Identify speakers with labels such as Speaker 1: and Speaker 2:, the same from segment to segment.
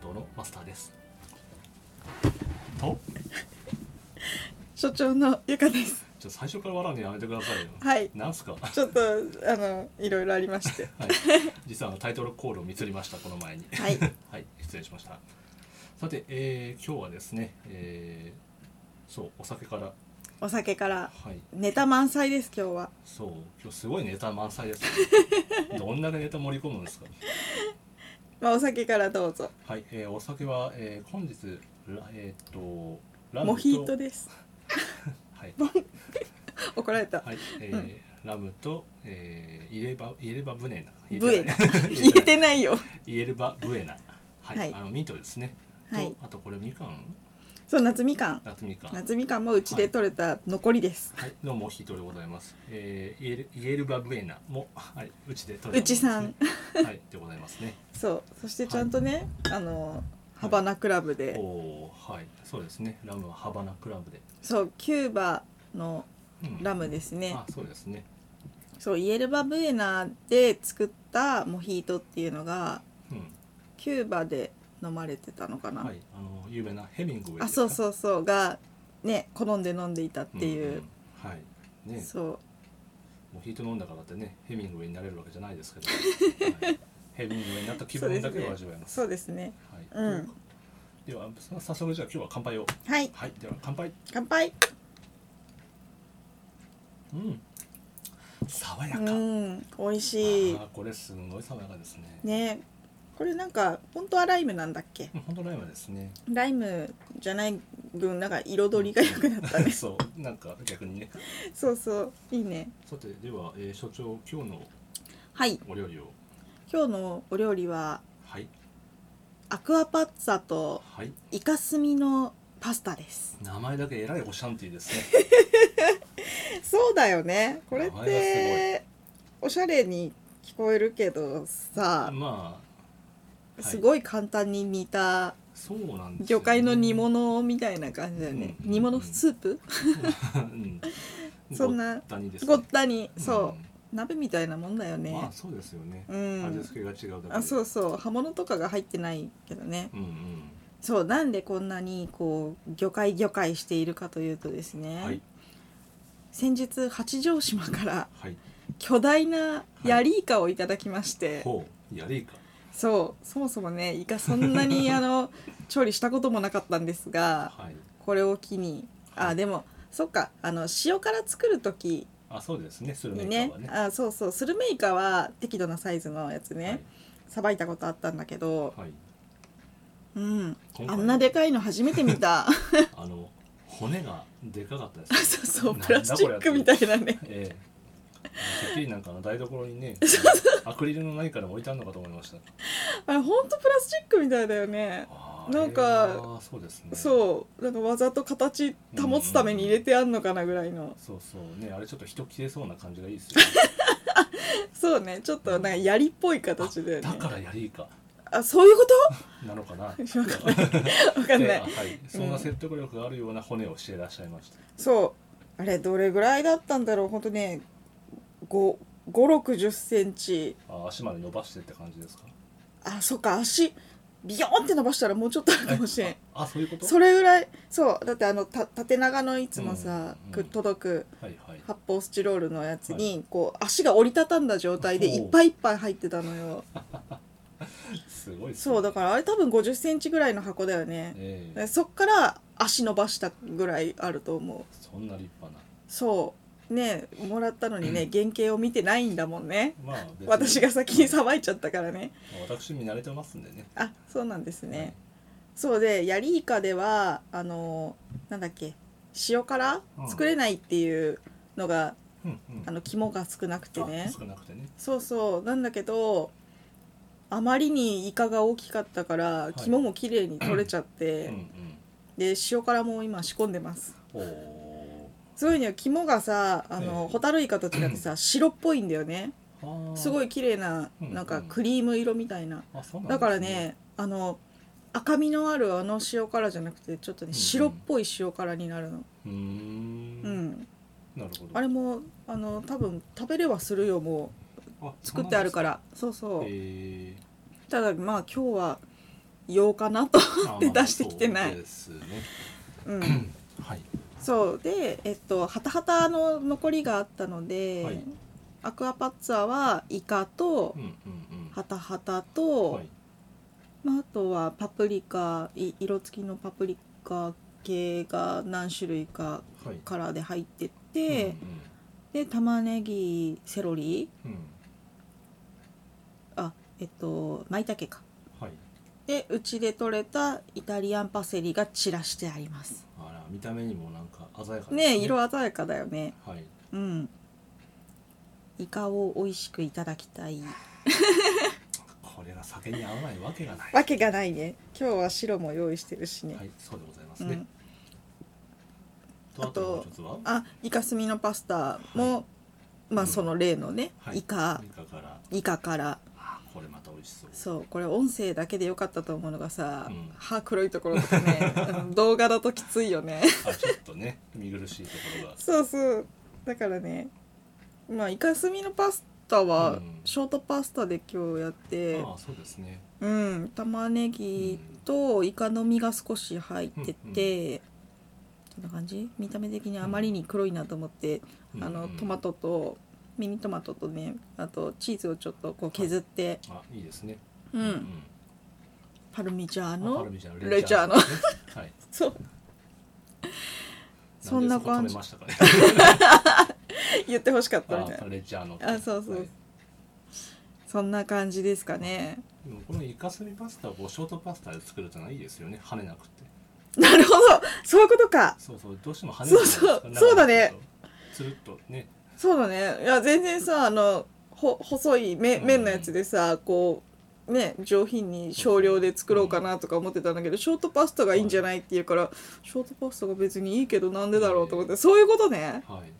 Speaker 1: 当のマスターです
Speaker 2: と
Speaker 3: 所長のゆかです。
Speaker 1: じゃ最初から笑うのやめてくださいよ
Speaker 3: はい。
Speaker 1: なんすかは
Speaker 3: ちょっとあのいろいろあり まして。
Speaker 1: い実はタイトルコールを見つりましたこの前に
Speaker 3: はい。
Speaker 1: はい、失礼しました。さて、えー今日はですね、えーそう、お酒から、は
Speaker 3: お酒から
Speaker 1: い、
Speaker 3: ネタ満載です今日は。
Speaker 1: そう、今日すごいネタ満載です、 ね。どんだけネタ盛り込むんですか。
Speaker 3: まあお酒からどうぞ。
Speaker 1: はい、えーお酒は、えー本日、らえーっと、ラムと、
Speaker 3: モヒートです。
Speaker 1: はい、
Speaker 3: 怒られた。
Speaker 1: はい、えーラムと、えー、イレバ、イレバブネナ、
Speaker 3: ブエナ。言
Speaker 1: イ
Speaker 3: えてないよ。
Speaker 1: イレバブエナ、はい、
Speaker 3: はい
Speaker 1: あのミントですね。と
Speaker 3: はい。
Speaker 1: あとこれみかん、
Speaker 3: そう夏みかん。
Speaker 1: 夏みかん。
Speaker 3: 夏みかんもうちで採れた残りです。
Speaker 1: はい、どうも、ヒートでございます。えー、イエル、イエルバブエナも、はい、うちで取
Speaker 3: うちさん。
Speaker 1: はい、でございます ね。
Speaker 3: そう。そしてちゃんとね、あのハバナクラブ
Speaker 1: お
Speaker 3: で、
Speaker 1: おー、はい、そうですね。ラムはハバナクラブで。
Speaker 3: そうキューバの
Speaker 1: うん
Speaker 3: ラムですね。
Speaker 1: あ、そうですね。
Speaker 3: そうイエルバブエナで作ったモヒートっていうのが
Speaker 1: うん、
Speaker 3: キューバで飲まれてたのかな。
Speaker 1: はい、あの、有名なヘミングウェイ
Speaker 3: あそう
Speaker 1: う。
Speaker 3: そうそうがね好んで飲んでいたってい
Speaker 1: ん
Speaker 3: う、
Speaker 1: んはい。ね、
Speaker 3: そう
Speaker 1: もうヒート飲んだからってね、ヘミングウェイになれるわけじゃないですけ ど。はいヘミングウェイになった気分だけを味わえます。
Speaker 3: そうですね
Speaker 1: はい。
Speaker 3: うん
Speaker 1: では、さ早速じゃあ、今日は乾杯を。
Speaker 3: はい
Speaker 1: はい、では、乾杯。
Speaker 3: 乾杯
Speaker 1: うん。爽や
Speaker 3: う
Speaker 1: か。
Speaker 3: ん美味しい
Speaker 1: あーこれすごい爽やかですね。
Speaker 3: ねこれなんか本当はライムなんだっけ
Speaker 1: うん本当ライムですね。
Speaker 3: ライムじゃない分なんか彩りが良くなったね
Speaker 1: そう、なん か逆にね。
Speaker 3: そうそういいね
Speaker 1: さて、では、えー、所長、今日の
Speaker 3: はい
Speaker 1: お料理を。
Speaker 3: 今日のお料理は
Speaker 1: はい、
Speaker 3: アクアパッツァと
Speaker 1: はい、
Speaker 3: イカスミのパスタです
Speaker 1: 名前だけえらいオシャンティーですね。
Speaker 3: そうだよねこれっ
Speaker 1: 名前
Speaker 3: ておしゃれに聞こえるけどさ、
Speaker 1: まあ、はい
Speaker 3: すごい簡単に煮た
Speaker 1: そうなんですよね
Speaker 3: 魚介の煮。物みたいな感じだよね、
Speaker 1: うん
Speaker 3: 煮物スープ、
Speaker 1: うん。
Speaker 3: そんな
Speaker 1: ごったにです
Speaker 3: ご
Speaker 1: か、
Speaker 3: ったにそうう、鍋みたいなもんだよ
Speaker 1: ん
Speaker 3: ね、
Speaker 1: まあ、そうですよね。
Speaker 3: うん
Speaker 1: 味付けが違うだけで。
Speaker 3: あそうそう葉物とかが入ってないけどね
Speaker 1: うんうん。
Speaker 3: そうなんでこんなにこう魚介魚介しているかというとですね、
Speaker 1: はい、
Speaker 3: 先日八丈島から
Speaker 1: はい、
Speaker 3: 巨大なヤリイカをいただきまして、
Speaker 1: ほう、やりいか。
Speaker 3: そうそもそもねイカそん なにあの調理したこともなかったんですが
Speaker 1: はい。
Speaker 3: これを機に
Speaker 1: は
Speaker 3: あ
Speaker 1: い
Speaker 3: でもそっかあの塩辛作る時
Speaker 1: あ、そうですね。スルメ
Speaker 3: に
Speaker 1: イ
Speaker 3: ね
Speaker 1: カはね。
Speaker 3: あそうそうスルメイカは適度なサイズのやつねさば、い、たことあったんだけど、
Speaker 1: は い。はい。
Speaker 3: うん、
Speaker 1: 今
Speaker 3: あ
Speaker 1: 回
Speaker 3: んなでかいの初めて 見た
Speaker 1: あの骨がでかかった です、ね。
Speaker 3: そうそう
Speaker 1: なんだ
Speaker 3: プラスチックみたいなね
Speaker 1: ええてっきりなんかあの台所に ねアクリルの何かでも置いてあるのかと思いました
Speaker 3: あれほんとプラスチックみたいだよね
Speaker 1: あー
Speaker 3: なんか
Speaker 1: ええあーそうですねう
Speaker 3: そうなんかわざと形保つために入れてあんのかなぐらいの
Speaker 1: そうそうねあれちょっと人消えそうな感じがいいですよね
Speaker 3: そうねちょっとなんか槍っぽい 形で、ね、
Speaker 1: だからやりいか
Speaker 3: あそういうこ と
Speaker 1: なのかなわ
Speaker 3: わかんないわかんない
Speaker 1: はい、そんな説得力があるような骨をしていらっしゃいました、
Speaker 3: そうあれどれぐらいだったんだろうほんとね5 5 6 0センチ
Speaker 1: あー足まで伸ばしてって感じですか
Speaker 3: あそっか足ビヨーンって伸ばしたらもうちょっとあるかもしれん
Speaker 1: あそういうこと
Speaker 3: それぐらいそうだってあのた縦長のいつもさ、
Speaker 1: うんう
Speaker 3: く
Speaker 1: ん
Speaker 3: 届く
Speaker 1: はいはい
Speaker 3: 発泡スチロールのやつに、
Speaker 1: は
Speaker 3: こう足が折りたたんだ状態で
Speaker 1: ほう
Speaker 3: いっぱいいっぱい入ってたのよ
Speaker 1: すごいですね
Speaker 3: そうだからあれ多分5 0センチぐらいの箱だよね
Speaker 1: ええ
Speaker 3: でそっから足伸ばしたぐらいあると思う
Speaker 1: そんな立派な
Speaker 3: そうねもらったのにね原型を見てないんだもんね
Speaker 1: まあ別に
Speaker 3: 私が先にさばいちゃったからね
Speaker 1: 私見慣れてますんでね
Speaker 3: あそうなんですね、そうでヤリイカではあのなんだっけ塩辛
Speaker 1: うん
Speaker 3: 作れないっていうのが、
Speaker 1: はい、うんうん
Speaker 3: あの肝が少なくて
Speaker 1: あ
Speaker 3: ね
Speaker 1: 少なくてね
Speaker 3: そうそうなんだけどあまりにイカが大きかったから
Speaker 1: い
Speaker 3: 肝も綺麗に取れちゃって、
Speaker 1: うん
Speaker 3: で塩辛も今仕込んでます
Speaker 1: うんおお
Speaker 3: すごいね肝がさあ
Speaker 1: え
Speaker 3: の、
Speaker 1: え
Speaker 3: ホタルイカと違ってさ白っぽいんだよねすご
Speaker 1: い
Speaker 3: い綺麗な
Speaker 1: うん
Speaker 3: なんかクリーム色みたいな、
Speaker 1: あそうなんです
Speaker 3: だからねあの赤みのあるあの塩辛じゃなくてちょっと
Speaker 1: うんう
Speaker 3: ね
Speaker 1: ん
Speaker 3: 白っぽい塩辛になるの
Speaker 1: うーん
Speaker 3: うん、
Speaker 1: なるほど
Speaker 3: あれもあの多分食べれはするよもう作ってあるかららそうそう、
Speaker 1: え
Speaker 3: ただまあ今日は用かなと、
Speaker 1: あ
Speaker 3: で
Speaker 1: まあ
Speaker 3: 出してきてない
Speaker 1: そうですね。
Speaker 3: うん、
Speaker 1: はい。
Speaker 3: そうでえっとハタハタの残りがあったので、
Speaker 1: はい
Speaker 3: アクアパッツァはイカと
Speaker 1: うんうんうん。
Speaker 3: ハタハタと、
Speaker 1: はい。
Speaker 3: まあ、あとはパプリカい色付きのパプリカ系が何種類か
Speaker 1: はい。
Speaker 3: カラーで入ってて、で玉ねぎセロリ
Speaker 1: うんうん、うん。
Speaker 3: あえっと舞茸か
Speaker 1: はい。
Speaker 3: でうちで採れたイタリアンパセリが散らしてあります
Speaker 1: あら見た目にもなんか鮮やかです
Speaker 3: ねえ色鮮やかだよね
Speaker 1: はい。
Speaker 3: うんイカを美味しくいただきたい
Speaker 1: これが酒に合わないわけがない。
Speaker 3: わけがないね今日は白も用意してるしね、
Speaker 1: はい、そうでございま
Speaker 3: う
Speaker 1: すね。
Speaker 3: ん、
Speaker 1: とあともう一つは
Speaker 3: あイカスミのパスタも、まあその例のね、
Speaker 1: はい
Speaker 3: イカ
Speaker 1: イカから
Speaker 3: イカから
Speaker 1: あこれまた美味しそう。
Speaker 3: そうこれ音声だけで良かったと思うのがさ、
Speaker 1: うん
Speaker 3: 歯黒いところと かねうん動画だときついよね
Speaker 1: あちょっとね見苦しいところが。
Speaker 3: そうそうだからねまあイカスミのパスタ
Speaker 1: う
Speaker 3: は
Speaker 1: ん
Speaker 3: ショートパスタで今日やって
Speaker 1: あそうですね。
Speaker 3: うん、玉ねぎとイカの身が少し入ってて、こんな感じ見た目的にあまりに黒いなと思って、あ
Speaker 1: う
Speaker 3: の
Speaker 1: んうん
Speaker 3: トマ。トとミニトマトとねあとチーズをちょっとこう削って、
Speaker 1: あいいですね。
Speaker 3: う
Speaker 1: うん
Speaker 3: ん、パルミジャー
Speaker 1: あパ
Speaker 3: ノ
Speaker 1: ルミジャーノ
Speaker 3: レジャーノ
Speaker 1: ねはい。
Speaker 3: そう そんな感じ
Speaker 1: なんでそこ止めました
Speaker 3: 言ってほしかったみ
Speaker 1: かね。あ
Speaker 3: たいな
Speaker 1: レジャーノ。
Speaker 3: あそうそう
Speaker 1: はい
Speaker 3: そんな感じですかね
Speaker 1: でもこのイカスミパスタをこうショートパスタで作るというのはいいですよね跳ねなくて
Speaker 3: なるほどそういうことか
Speaker 1: そうそうどうしても跳ねるじゃないですか
Speaker 3: そうそうそうだね
Speaker 1: つるっとね
Speaker 3: そうだねいや全然さあのほ細いめ
Speaker 1: うん
Speaker 3: 麺のやつでさこうね上品に少量で作ろうかなとか思ってたんだけどショートパスタがいいんじゃないって言うからショートパスタが別にいいけどなんでだろうと思ってそういうことね
Speaker 1: はい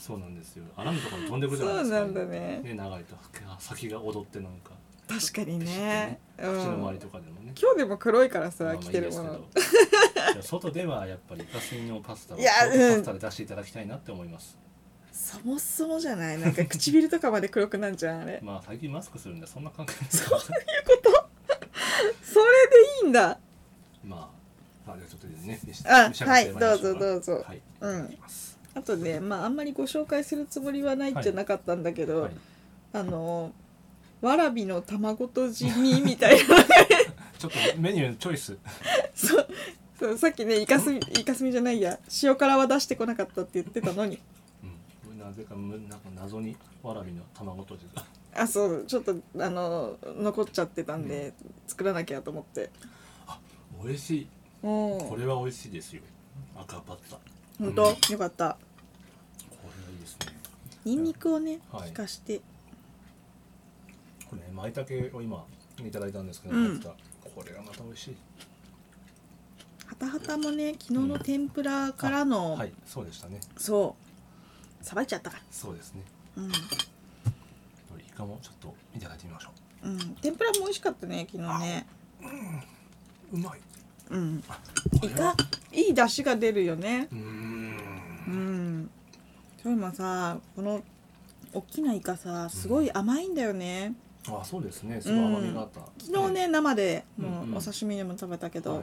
Speaker 1: そうなんですよあらぬところに飛んでくるじゃないで
Speaker 3: そう
Speaker 1: すか
Speaker 3: なんだね
Speaker 1: ね長いとあ先が踊ってなんか
Speaker 3: 確かに
Speaker 1: ピシッて
Speaker 3: ね
Speaker 1: ね
Speaker 3: う
Speaker 1: 口の
Speaker 3: ん
Speaker 1: 周りとかでもね
Speaker 3: 今日でも黒いから
Speaker 1: まあ
Speaker 3: さ
Speaker 1: まあ
Speaker 3: 着てるも
Speaker 1: いい
Speaker 3: の
Speaker 1: ですけどいや外ではやっぱりイカスミのパスタを
Speaker 3: い
Speaker 1: ショ
Speaker 3: や
Speaker 1: ートパ
Speaker 3: う
Speaker 1: ス
Speaker 3: ん
Speaker 1: タで出していただきたいなって思います
Speaker 3: そもそもじゃないなんか唇とかまで黒くなんじゃんあれ
Speaker 1: まあ最近マスクするんでそんな関係ないです から
Speaker 3: それでいいんだ
Speaker 1: まああじゃあちょっとね召し
Speaker 3: あ
Speaker 1: 召し上がってまいりましょ
Speaker 3: はいどうぞどうぞ
Speaker 1: かはいい
Speaker 3: うん
Speaker 1: ただきます
Speaker 3: あとねまああんまりご紹介するつもりはないじゃなかったんだけど、
Speaker 1: はい
Speaker 3: あのわらびの卵とじにみたい な
Speaker 1: ちょっとメニューのチョイス
Speaker 3: そうそうさっきねイカスミイカスミじゃないや塩辛は出してこなかったって言ってたのに
Speaker 1: うん、なぜかむなんか謎にわらびの卵とじが
Speaker 3: あそうちょっとあの残っちゃってたんで、作らなきゃと思って
Speaker 1: 美味しい
Speaker 3: うん
Speaker 1: これは美味しいですよ赤パッツァこ
Speaker 3: 本当よかった
Speaker 1: れはいいですね
Speaker 3: ニンニクをね、
Speaker 1: はい
Speaker 3: 効かして
Speaker 1: これね舞茸を今いただいたんですけど、
Speaker 3: うん
Speaker 1: パッツァこれがまた美味しい
Speaker 3: ハタハタもね昨日の天ぷらからの、
Speaker 1: はいそうでしたね
Speaker 3: そうさばいちゃったか
Speaker 1: そうですね
Speaker 3: らうん
Speaker 1: イカもちょっといただいてみましょ
Speaker 3: うん、天ぷらも美味しかったね昨日ね
Speaker 1: ううまい
Speaker 3: うん
Speaker 1: こ
Speaker 3: イ
Speaker 1: れは
Speaker 3: カいい出汁が出るよね
Speaker 1: うーん
Speaker 3: うんそう今さこの大きなイカさすごい甘いんだよね、
Speaker 1: あそうですねすごい甘みがあった、
Speaker 3: 昨日ね生でも
Speaker 1: うんう
Speaker 3: うんお刺身でも食べたけ
Speaker 1: は
Speaker 3: ど、
Speaker 1: い、は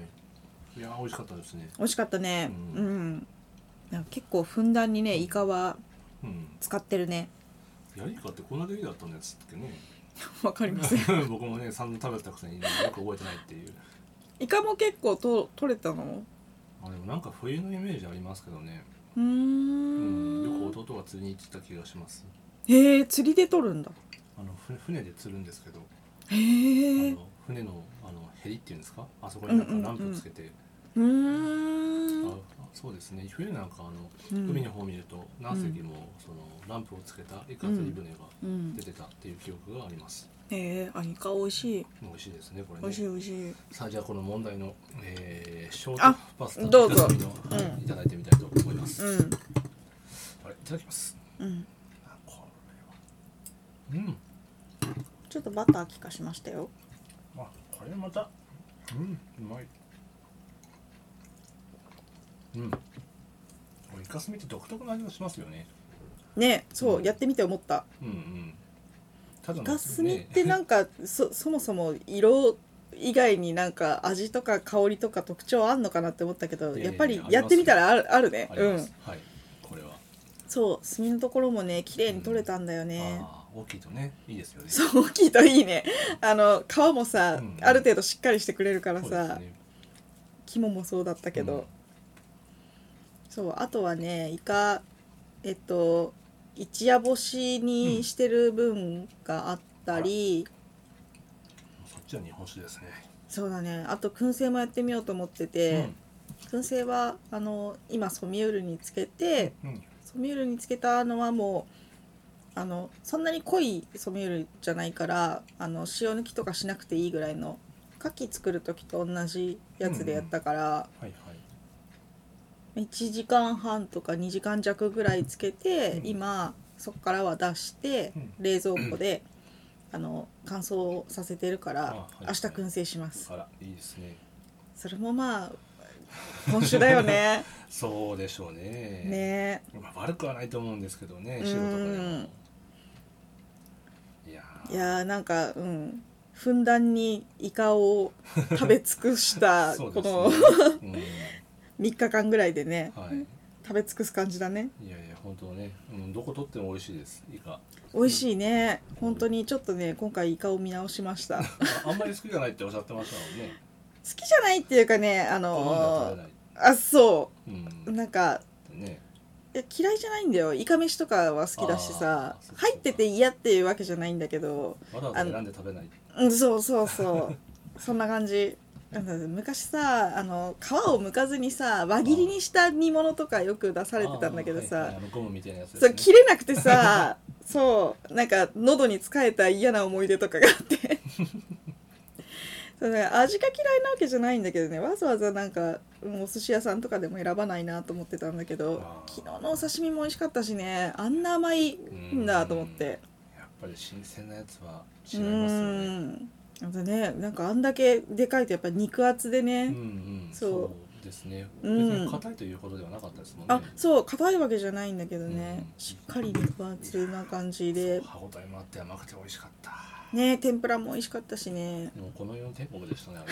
Speaker 1: い、いや美味しかったですね
Speaker 3: 美味しかったねう、
Speaker 1: うんん
Speaker 3: なんか結構ふんだんにねイカは
Speaker 1: うん
Speaker 3: 使ってるね
Speaker 1: ヤリイカってこんな出来だったんですっけね
Speaker 3: わかりません
Speaker 1: 僕もね散々食べてたくせによく覚えてないっていう
Speaker 3: イカも結構と取れたの
Speaker 1: あでもなんか冬のイメージありますけどね、
Speaker 3: うー
Speaker 1: うんん、よく弟が釣りに行ってた気がします
Speaker 3: へえ釣りで取るんだ
Speaker 1: あのふ船で釣るんですけど、
Speaker 3: へ
Speaker 1: あ
Speaker 3: え
Speaker 1: の船のあのヘリっていうんですかあそこになんかランプつけて、
Speaker 3: うーん
Speaker 1: ああそうですね冬なんかあの、
Speaker 3: うん
Speaker 1: 海の方を見ると何隻もそのランプをつけたイカ釣り船が
Speaker 3: うん
Speaker 1: 出てたっていう記憶があります、
Speaker 3: えー、あイカ美味しい
Speaker 1: 美味しいですねこ
Speaker 3: 美
Speaker 1: れ
Speaker 3: 味しい
Speaker 1: ね
Speaker 3: 美味しい
Speaker 1: さあじゃあこの問題の、えー、ショー
Speaker 3: あ
Speaker 1: トパスタ
Speaker 3: どうぞ
Speaker 1: の
Speaker 3: うん
Speaker 1: いただいてみたいと思います、
Speaker 3: うん
Speaker 1: あれいただきます
Speaker 3: うん
Speaker 1: あこれはうん
Speaker 3: ちょっとバター効かしましたよ
Speaker 1: あこれまたうんうまいうんこれイカスミって独特な味がしますよね
Speaker 3: ねそう、
Speaker 1: うん
Speaker 3: やってみて思った
Speaker 1: うんうんただ
Speaker 3: イ
Speaker 1: の
Speaker 3: カスミっ て
Speaker 1: ね
Speaker 3: なんかそそもそも色以外になんか味とか香りとか特徴あんのかなって思ったけど
Speaker 1: いやいや
Speaker 3: やっぱ
Speaker 1: い
Speaker 3: り
Speaker 1: や
Speaker 3: やってみたらあるあるね
Speaker 1: あ
Speaker 3: う
Speaker 1: ります、
Speaker 3: ん
Speaker 1: はいこれは、
Speaker 3: そう墨のところもね綺麗に取れたんだよね、
Speaker 1: ああ大きいとねいいですよね
Speaker 3: そう大きいといいねあの皮もさ、
Speaker 1: うん
Speaker 3: ある程度しっかりしてくれるから
Speaker 1: そうです
Speaker 3: さ、
Speaker 1: ね
Speaker 3: 肝もそうだったけど、そうあとはねイカえっと一夜干しにしてる分があったり、
Speaker 1: そっちは日本酒ですね、
Speaker 3: そうだねあと燻製もやってみようと思ってて、燻製はあの今ソミュールにつけて、
Speaker 1: うんうん
Speaker 3: ソミュールにつけたのはもうあのそんなに濃いソミュールじゃないからあの塩抜きとかしなくていいぐらいの牡蠣作る時と同じやつでやったから、
Speaker 1: はいはい
Speaker 3: 1時間半とか2時間弱ぐらいつけて、
Speaker 1: うん
Speaker 3: 今そこからは出して、
Speaker 1: うん
Speaker 3: 冷蔵庫で、あの乾燥させてるから、
Speaker 1: あはい
Speaker 3: 明日燻製します
Speaker 1: あらいいですね
Speaker 3: それもまあ今週だ よね
Speaker 1: そうでしょうね
Speaker 3: ね
Speaker 1: まあ、悪くはないと思うんですけどね
Speaker 3: うん
Speaker 1: 仕事とかでもいやー
Speaker 3: いやーなんかうんふんだんにイカを食べ尽くした
Speaker 1: そ
Speaker 3: こ
Speaker 1: うですね
Speaker 3: の
Speaker 1: う
Speaker 3: 3日間ぐらいでね、
Speaker 1: ん、はい
Speaker 3: 食べ尽くす感じだね
Speaker 1: いやいや本当ね、うん、どこ取っても美味しいですイカ
Speaker 3: 美味しいね本当にちょっとね今回イカを見直しました好
Speaker 1: ああんまり好きじゃないっておっしゃってましたもんね
Speaker 3: きじゃないっていうかね あ
Speaker 1: 好んでは食
Speaker 3: の
Speaker 1: べない
Speaker 3: あそううんなんか
Speaker 1: ね
Speaker 3: いや嫌いじゃないんだよイカ飯とかは好きだしさ
Speaker 1: あーそうそうそう
Speaker 3: 入ってて嫌っていうわけじゃないんだけど
Speaker 1: わざわざ選んで食べない
Speaker 3: うんそうそうそう そんな感じうん昔さあの皮を剥かずにさ輪切りにした煮物とかよく出されてたんだけど
Speaker 1: あー
Speaker 3: さ、
Speaker 1: はいはいあのゴムみたいなやつです
Speaker 3: そう
Speaker 1: ね
Speaker 3: 切れなくてさそうなんか喉に使えた嫌な思い出とかがあってそうだから味が嫌いなわけじゃないんだけどねわざわざなんかうんお寿司屋さんとかでも選ばないなと思ってたんだけど
Speaker 1: あー
Speaker 3: 昨日のお刺身も美味しかったしねあんな甘いんだと思って
Speaker 1: やっぱり新鮮なやつは違
Speaker 3: う
Speaker 1: いますよね
Speaker 3: んあとねなんかあんだけでかいとやっぱ肉厚でね、
Speaker 1: うんうん
Speaker 3: そう
Speaker 1: そうですね別
Speaker 3: うん
Speaker 1: に硬いということではなかったですもんね
Speaker 3: あそう硬いわけじゃないんだけどね、
Speaker 1: うん
Speaker 3: しっかり肉厚な感じで
Speaker 1: 歯ごたえもあって甘くて美味しかった
Speaker 3: ね天ぷらも美味しかったしね
Speaker 1: もうこの世の天国でしたねあれ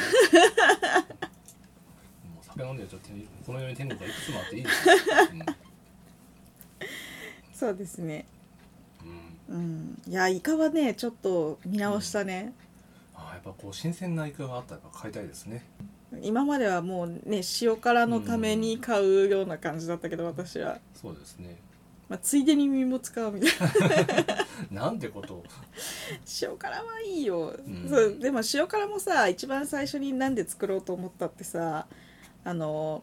Speaker 1: もう 酒飲んでるとこの世に天国がいくつもあっていい ですね、
Speaker 3: そうですね
Speaker 1: うんうん
Speaker 3: うんいやイカはねちょっと見直したね、
Speaker 1: あーやっぱこう新鮮なイカがあったらやっぱ買いたいですね
Speaker 3: 今まではもうね塩辛のために買うような感じだったけど私は、
Speaker 1: そうですね
Speaker 3: まあ、ついでに身も使うみたいな
Speaker 1: なんてことを
Speaker 3: 塩辛はいいよ、
Speaker 1: ん
Speaker 3: そうでも塩辛もさ一番最初になんで作ろうと思ったってさあの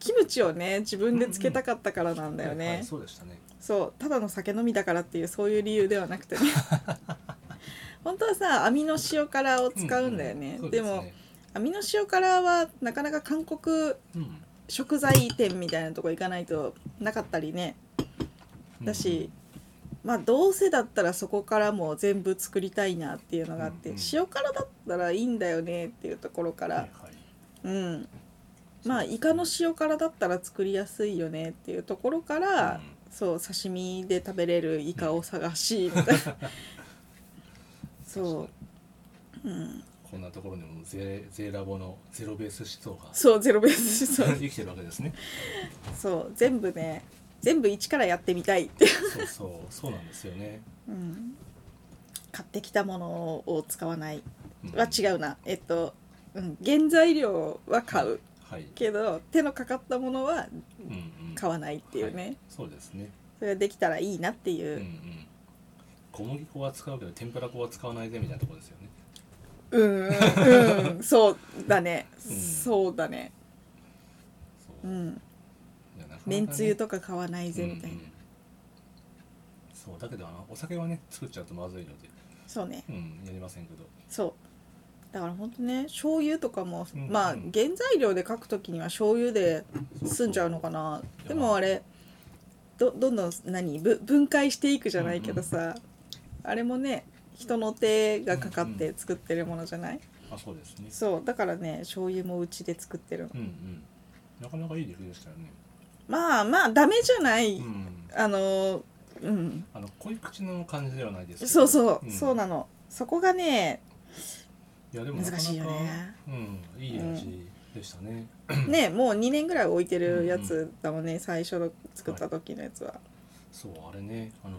Speaker 3: キムチをね自分でつけたかったからなんだよね、
Speaker 1: はい、そうでしたね
Speaker 3: そうただの酒飲みだからっていうそういう理由では なくてね本当はさ網の塩辛を使うんだよね、
Speaker 1: うんうんそう
Speaker 3: ですも
Speaker 1: ね
Speaker 3: 網の塩辛はなかなか韓国
Speaker 1: うん
Speaker 3: 食材店みたいなとこ行かないとなかったりね
Speaker 1: うん
Speaker 3: だし、まあどうせだったらそこからも全部作りたいなっていうのがあって、
Speaker 1: うんうん
Speaker 3: 塩辛だったらいいんだよねっていうところか
Speaker 1: はいは
Speaker 3: ら
Speaker 1: い、、
Speaker 3: うんまあイカの塩辛だったら作りやすいよねっていうところから、そう刺身で食べれるイカを探しみたいなそう
Speaker 1: うん、こんなところにもゼゼラボのゼロベース思想が
Speaker 3: そうゼロベース思想
Speaker 1: 生きてるわけですね
Speaker 3: そう全部ね全部一からやってみたいって、
Speaker 1: そうそうそうなんですよね、
Speaker 3: うん、買ってきたものを使わない
Speaker 1: うん
Speaker 3: は違うなえっと、うん、原材料は買う
Speaker 1: はい、
Speaker 3: けど手のかかったものは
Speaker 1: うんうん、
Speaker 3: 買わないっていうね、
Speaker 1: はいそうですね
Speaker 3: それができたらいいなっていううん
Speaker 1: う、ん小麦粉は使うけど天ぷら粉は使わないでみたいなところですよね
Speaker 3: うん、うんうんそうだね、
Speaker 1: うん
Speaker 3: そうだね
Speaker 1: そうう、い
Speaker 3: ん
Speaker 1: やなかなかね
Speaker 3: めんつゆとか買わないぜみたいな、
Speaker 1: うんうんそうだけどあのお酒はね作っちゃうとまずいので、
Speaker 3: そうね
Speaker 1: うん、やりませんけど
Speaker 3: そうだから本当ね醤油とかも、
Speaker 1: うん
Speaker 3: まあ
Speaker 1: うん
Speaker 3: 原材料で書くときには醤油で
Speaker 1: そ
Speaker 3: 済んじゃうのかな
Speaker 1: そう
Speaker 3: でもあれどどんどん何ぶ分解していくじゃないけどさ、あれもね人の手がかかって作ってるものじゃない、
Speaker 1: あそうですね
Speaker 3: そうだからね醤油もうちで作ってるの
Speaker 1: うんうんなかなかいい陸でしたよね
Speaker 3: まあまあダメじゃない、
Speaker 1: うん
Speaker 3: あのうん
Speaker 1: あの濃い口の感じではないですけど
Speaker 3: そうそう、
Speaker 1: ん
Speaker 3: そうなのそこがね
Speaker 1: いやでもなかな
Speaker 3: 難
Speaker 1: か
Speaker 3: しいよね
Speaker 1: うんいい味でしたね、
Speaker 3: ねもう2年ぐらい置いてるやつだもんね、最初の作った時のやつは
Speaker 1: そうあれねあの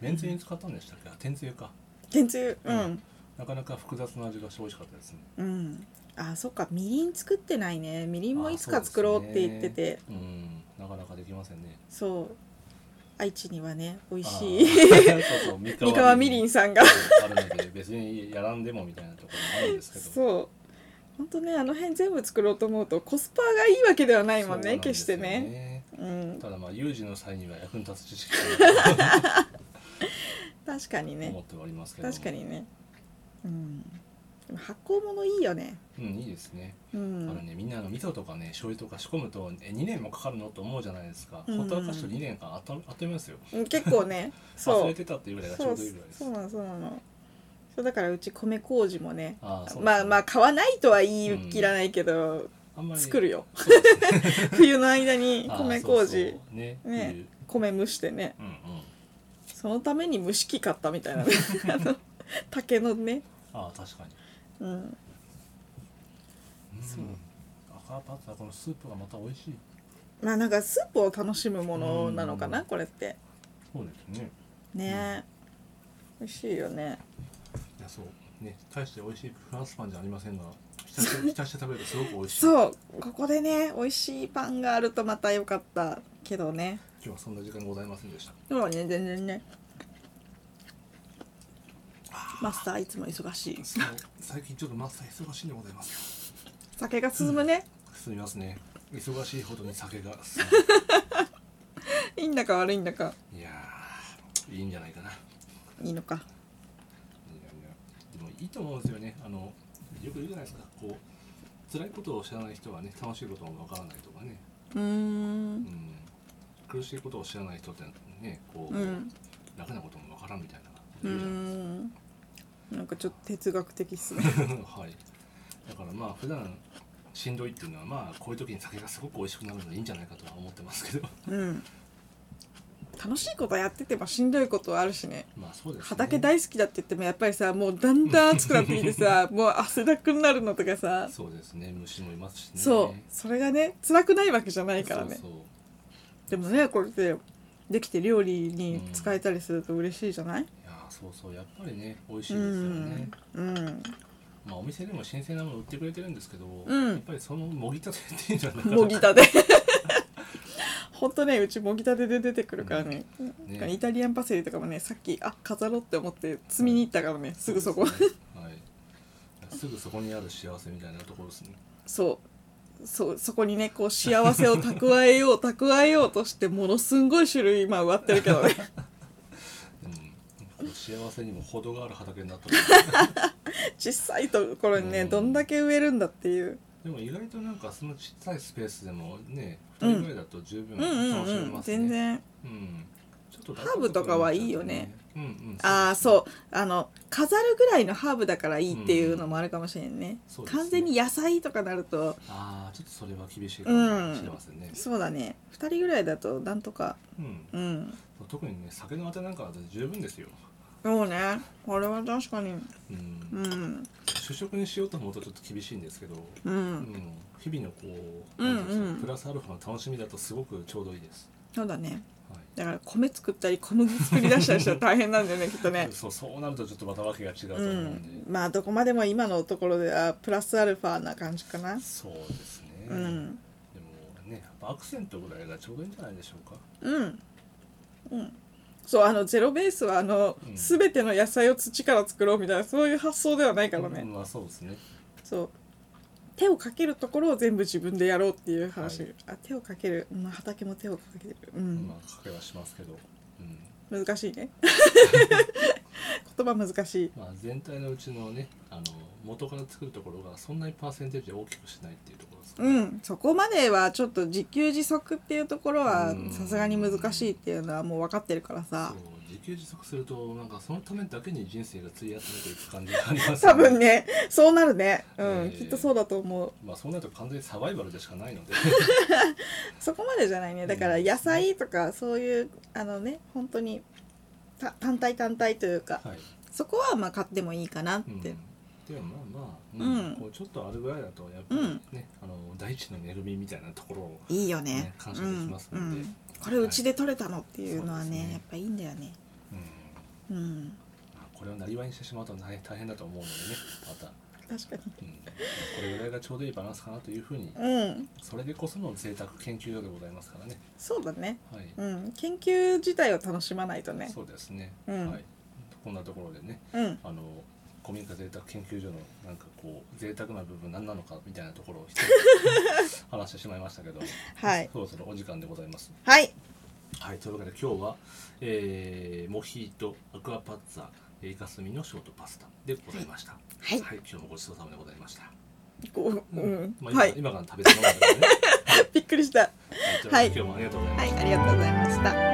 Speaker 1: めんつゆに使ったんでしたっけあ天つゆか
Speaker 3: 天つゆう
Speaker 1: うん
Speaker 3: ん
Speaker 1: なかなか複雑な味がして美味しかったですね
Speaker 3: うんあそっかみりん作ってないねみりんもいつか作ろうって言ってて
Speaker 1: うんなかなかできませんね
Speaker 3: そう,、愛知にはね美味し
Speaker 1: あ
Speaker 3: い
Speaker 1: ー そうそう三
Speaker 3: 三河みりんさんが
Speaker 1: あるので別にやらんでもみたいなところもあるんですけど
Speaker 3: そう本当ねあの辺全部作ろうと思うとコスパがいいわけではないもん
Speaker 1: そう
Speaker 3: ね
Speaker 1: なんで
Speaker 3: 決し
Speaker 1: す
Speaker 3: て
Speaker 1: よ
Speaker 3: ねうん
Speaker 1: ただまあ有事の際には役に立つ知識だな
Speaker 3: 確かに
Speaker 1: と思
Speaker 3: ね
Speaker 1: っておりますけども
Speaker 3: 確かにねうんでも発酵ものいいよね
Speaker 1: うんいいですね、
Speaker 3: う
Speaker 1: あの
Speaker 3: ん
Speaker 1: ねみんなあの味噌とかね醤油とか仕込むとえ2年もかかるのと思うじゃないですか、
Speaker 3: うん
Speaker 1: ほったらかしと2年間あっとあっという間ですよ
Speaker 3: 結構 ね
Speaker 1: 忘
Speaker 3: そ
Speaker 1: れ
Speaker 3: う
Speaker 1: てたっていうぐらいがち
Speaker 3: そ
Speaker 1: ょ
Speaker 3: う
Speaker 1: うどいいぐらいです
Speaker 3: そうなのそうなのそうだからうち米麹もね
Speaker 1: あーそうですね
Speaker 3: まあまあ買わないとは言い切らないけど、
Speaker 1: あんまり
Speaker 3: 作るよ
Speaker 1: そうですね
Speaker 3: 冬の間に
Speaker 1: あー
Speaker 3: 米
Speaker 1: そう
Speaker 3: 麹
Speaker 1: そうね
Speaker 3: ね
Speaker 1: っていう
Speaker 3: 米蒸してね
Speaker 1: うんうん
Speaker 3: そのために蒸し器買ったみたい なねあの竹のね
Speaker 1: ああ確かに
Speaker 3: うん
Speaker 1: うん
Speaker 3: そう
Speaker 1: 赤パスタこのスープがまた美味しい
Speaker 3: まあなんかスープを楽しむものなのかな
Speaker 1: うん
Speaker 3: これって
Speaker 1: そうですね
Speaker 3: ね、美味しいよね
Speaker 1: いやそうね大して美味しいフランスパンじゃありませんが浸して浸して食べるとすごく美味しい今
Speaker 3: そうここでね美味しいパンがあるとまた良かったけどね
Speaker 1: 日はそんな時間ございませんでした
Speaker 3: でもね全然ねマスターいつも忙しい
Speaker 1: そう最近ちょっとマスター忙しいんでございます
Speaker 3: 酒が進むね、
Speaker 1: 進みますね忙しいほどに酒が進
Speaker 3: いいんだか悪いんだか
Speaker 1: むいやーいいんじゃないかない
Speaker 3: いのか
Speaker 1: やいやでもいいと思うんですよねあのよく言うじゃないですかこう辛いことを知らない人はね楽しいこともわからないとかね、
Speaker 3: うー
Speaker 1: うんん、苦しいことを知らない人ってねこう、
Speaker 3: うん
Speaker 1: 楽なこともわからんみたいな
Speaker 3: う
Speaker 1: 言う
Speaker 3: ー
Speaker 1: じゃないですか
Speaker 3: んなんかちょっと哲学的っすね
Speaker 1: はい。だからまあ普段しんどいっていうのはまあこういう時に酒がすごく美味しくなるのでいいんじゃないかとは思ってますけど。
Speaker 3: うん楽しいことやっててもしんどいことはあるしね
Speaker 1: まあそうです、ね。
Speaker 3: 畑大好きだって言ってもやっぱりさもうだんだん暑くなってき てさもう汗だくになるのとかさ
Speaker 1: そうですね。虫もいますしね。
Speaker 3: そうそれがね辛くないわけじゃないから
Speaker 1: そう
Speaker 3: ね
Speaker 1: そう
Speaker 3: でもねこれでできて料理に使えたりすると嬉しいじゃない
Speaker 1: いやーそうそうやっぱりね美味しいうですよ
Speaker 3: ん
Speaker 1: ね。
Speaker 3: うん
Speaker 1: まあお店でも新鮮なもの売ってくれてるんですけど、
Speaker 3: ん
Speaker 1: やっぱりそのもぎたてっていうのはなかなか
Speaker 3: もぎたて ほんとねうちもぎたてで出てくるからね,、
Speaker 1: ね
Speaker 3: イタリアンパセリとかもねさっきあ飾ろうって思って摘みに行ったからねすぐそこ
Speaker 1: うですねはい。すぐそこにある幸せみたいなところですね。
Speaker 3: そうそうそこにねこう幸せを蓄 えよう蓄えようとしてものすんごい種類今植わってる けどね
Speaker 1: うん。こう幸せにも程がある畑になった。
Speaker 3: 小さいところにね、
Speaker 1: うん
Speaker 3: どんだけ植えるんだっていう
Speaker 1: でも意外となんかそのちっちゃいスペースでもね2人ぐらいだと十分
Speaker 3: うんうん
Speaker 1: 楽しめ
Speaker 3: うん
Speaker 1: ますね、うん
Speaker 3: 全然
Speaker 1: ちょっと
Speaker 3: ハーブとかはいいよね
Speaker 1: うんうん
Speaker 3: ああ
Speaker 1: う
Speaker 3: そうあの飾るぐらいのハーブだからいいっていうのもあるかもしれんね,、
Speaker 1: そうですね
Speaker 3: 完全に野菜とかなると
Speaker 1: ああちょっとそれは厳しいかもしれませんね、
Speaker 3: そうだね2人ぐらいだとなんとか
Speaker 1: うん
Speaker 3: うん
Speaker 1: 特にね酒のあてなんかだと十分ですよ、
Speaker 3: そうねこれは確かに
Speaker 1: うん
Speaker 3: うん
Speaker 1: 主食にしようと思うとちょっと厳しいんですけど、
Speaker 3: う
Speaker 1: うん
Speaker 3: ん
Speaker 1: 日々のこう,、
Speaker 3: うんうん
Speaker 1: プラスアルファの楽しみだとすごくちょうどいいです、
Speaker 3: そうだね
Speaker 1: はい
Speaker 3: だから米作ったり小麦作り出したりしたら大変なんだよ ねきっとね
Speaker 1: そうそうなるとちょっとまたわけが違うと思
Speaker 3: う
Speaker 1: うんで、
Speaker 3: んまあどこまでも今のところではプラスアルファな感じかな
Speaker 1: そうですね、
Speaker 3: うん
Speaker 1: でもねやっぱアクセントぐらいがちょうどいいんじゃないでしょうか
Speaker 3: うんうんそうあのゼロベースはあの、
Speaker 1: うん
Speaker 3: 全ての野菜を土から作ろうみたいなそういう発想ではないからね、
Speaker 1: まあそうですね
Speaker 3: そう手をかけるところを全部自分でやろうっていう話、
Speaker 1: はい
Speaker 3: あ手をかける、まあ、畑も手をかける、う
Speaker 1: ま
Speaker 3: ん、
Speaker 1: あかけはしますけど、うん
Speaker 3: 難し いね言葉難しい
Speaker 1: まあ、全体のうちのねあの元から作るところがそんなにパーセンテージで大きくしないっていうところですかね、
Speaker 3: うんそこまではちょっと自給自足っていうところは
Speaker 1: うん
Speaker 3: さすがに難しいっていうのはもう分かってるから
Speaker 1: そう
Speaker 3: さ
Speaker 1: 自給自足するとなんかそのためだけに人生が費やされていく感じがあります
Speaker 3: 多分ねそうなるねうん、
Speaker 1: えー
Speaker 3: きっとそうだと思う
Speaker 1: まあそうなると完全にサバイバルでしかないの で
Speaker 3: そこまでじゃないねだから野菜とかそういうあのね本当にた単体単体というか
Speaker 1: はい、
Speaker 3: そこはまあ買ってもいいかなっ
Speaker 1: うん
Speaker 3: て
Speaker 1: でもまあまあ、
Speaker 3: うん
Speaker 1: こうちょっとあるぐらいだとやっぱりね、あの大地の恵みみたいなところを
Speaker 3: いいよね
Speaker 1: ね感謝できます
Speaker 3: う
Speaker 1: の
Speaker 3: ん
Speaker 1: で
Speaker 3: うん、これうちで取れたのっていうの
Speaker 1: は
Speaker 3: はね,、
Speaker 1: いそうですね
Speaker 3: やっぱいいんだよね
Speaker 1: うん
Speaker 3: うん
Speaker 1: まあこれをなりわいにしてしまうと大大変だと思うのでねまた、
Speaker 3: 確か
Speaker 1: うん、これぐらいがちょうどいいバランスかなというふうに
Speaker 3: にうん
Speaker 1: それでこその贅沢研究所でございますからね
Speaker 3: そうだね
Speaker 1: はい、
Speaker 3: うん研究自体を楽しまないとね
Speaker 1: そうですね、
Speaker 3: うん
Speaker 1: はいこんなところでね
Speaker 3: うん
Speaker 1: あの古民家贅沢研究所のなんかこう贅沢な部分何なのかみたいなところを 一つ話してしまいましたけど、
Speaker 3: はい
Speaker 1: そろそろお時間でございます
Speaker 3: はい
Speaker 1: はい、というわけで今日は、えーモヒート、アクアパッツァ、えーイカスミのショートパスタでございました。
Speaker 3: はい
Speaker 1: 今日もごちそうさまでございました。
Speaker 3: こううん
Speaker 1: まあ、今、
Speaker 3: はい
Speaker 1: 今から食べてもらうからね。
Speaker 3: びっくりした
Speaker 1: はいというわけで今日もありがとうございました。
Speaker 3: はいありがとうございました